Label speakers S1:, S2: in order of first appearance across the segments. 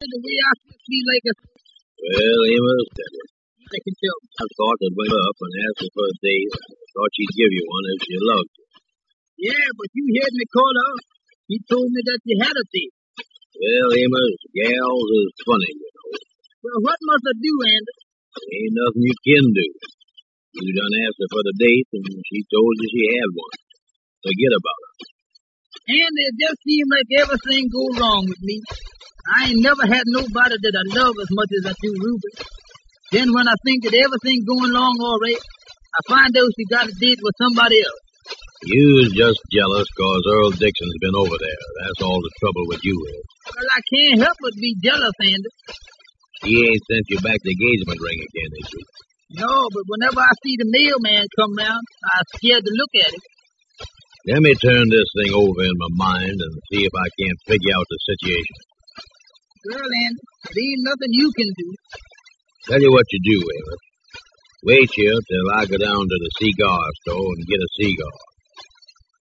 S1: to the way I should be like a
S2: Well, Amos, that was- uh,
S1: second job.
S2: I thought I'd bring her up and ask her for a date. I thought she'd give you one if she loved you.
S1: Yeah, but you heard me call her. He told me that you had a date.
S2: Well, Amos, gals is funny, you know.
S1: Well, what must I do, Andy?
S2: Ain't nothing you can do. You done asked her for the date, and she told you she had one. Forget about it.
S1: Andy, it just seems like everything go wrong with me. I ain't never had nobody that I love as much as I do Ruby. Then when I think that everything going along all right, I find out she got a date with somebody else.
S2: You's just jealous 'cause Earl Dixon's been over there. That's all the trouble with you is.
S1: Well, I can't help but be jealous, Andy.
S2: He ain't sent you back the engagement ring again, is he?
S1: No, but whenever I see the mailman come round, I'm scared to look at it.
S2: Let me turn this thing over in my mind and see if I can't figure out the situation.
S1: Girl, Andy, it ain't nothing you can do.
S2: Tell you what you do, Amos. Wait here till I go down to the cigar store and get a cigar.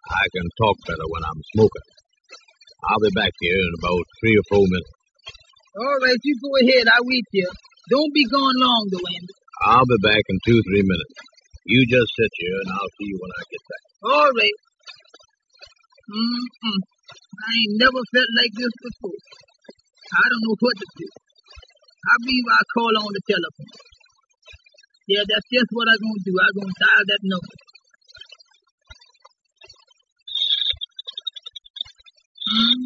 S2: I can talk better when I'm smoking. I'll be back here in about three or four minutes.
S1: All right, you go ahead. I'll wait here. Don't be gone long, though, Andy.
S2: I'll be back in two, three minutes. You just sit here and I'll see you when I get back.
S1: All right. Mm-mm. I ain't never felt like this before. I don't know what to do. I believe I call on the telephone. Yeah, that's just what I'm going to do. I'm going to dial that number. Mm-mm.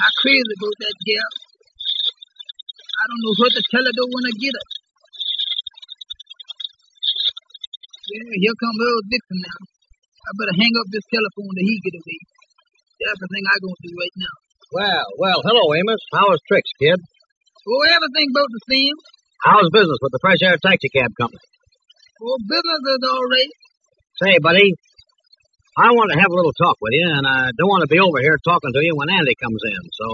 S1: I crazy about that girl. I don't know what to tell her though when I get her. Yeah, here come Earl Dixon now. I better hang up this telephone till he get away. That's the thing I gonna do right now.
S2: Well, well, hello, Amos. How is tricks, kid?
S1: Oh, everything about the same.
S2: How's business with the Fresh Air Taxi Cab Company?
S1: Oh, business is all right.
S2: Say, buddy, I want to have a little talk with you, and I don't want to be over here talking to you when Andy comes in. So,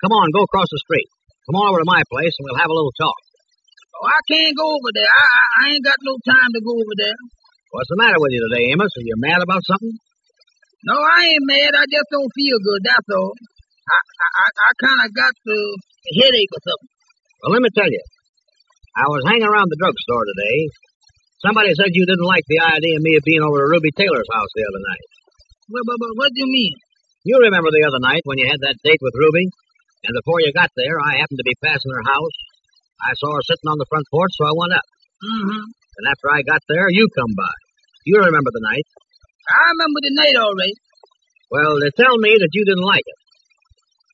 S2: come on, go across the street. Come on over to my place, and we'll have a little talk.
S1: Oh, I can't go over there. I, I, I ain't got no time to go over there.
S2: What's the matter with you today, Amos? Are you mad about something?
S1: No, I ain't mad. I just don't feel good. That's all. I I, I, I kind of got the headache or something.
S2: Well, let me tell you. I was hanging around the drugstore today. Somebody said you didn't like the idea of me being over to Ruby Taylor's house the other night.
S1: What, what, what, what do you mean?
S2: You remember the other night when you had that date with Ruby? And before you got there, I happened to be passing her house. I saw her sitting on the front porch, so I went up.
S1: Mm-hmm.
S2: And after I got there, you come by. You remember the night.
S1: I remember the night all right.
S2: Well, they tell me that you didn't like it.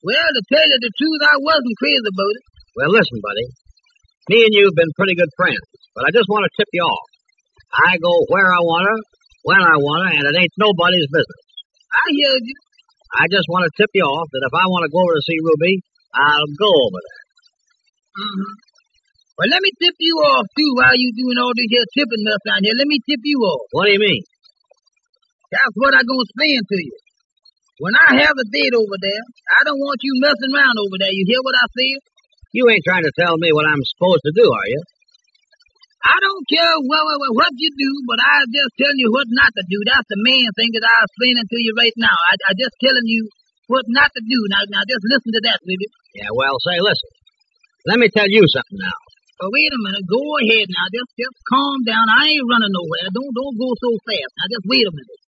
S1: Well, to tell you the truth, I wasn't crazy about it.
S2: Well, listen, buddy. Me and you have been pretty good friends, but I just want to tip you off. I go where I want to, when I want to, and it ain't nobody's business.
S1: I hear you.
S2: I just want to tip you off that if I want to go over to see Ruby, I'll go over there.
S1: Mm-hmm. Well, let me tip you off too while you doing all this here tipping stuff down here. Let me tip you off.
S2: What do you mean?
S1: That's what I'm gonna explain to you. When I have a date over there, I don't want you messing around over there. You hear what I say?
S2: You ain't trying to tell me what I'm supposed to do, are you?
S1: I don't care what, what, what- what you do, but I just telling you what not to do. That's the main thing that I'm explaining to you right now. I, I just telling you what not to do. Now, now just listen to that, will you?
S2: Yeah, well, say, listen. Let me tell you something now.
S1: But wait a minute. Go ahead now. Just, just calm down. I ain't running nowhere. Don't, don't go so fast. Now, just wait a minute.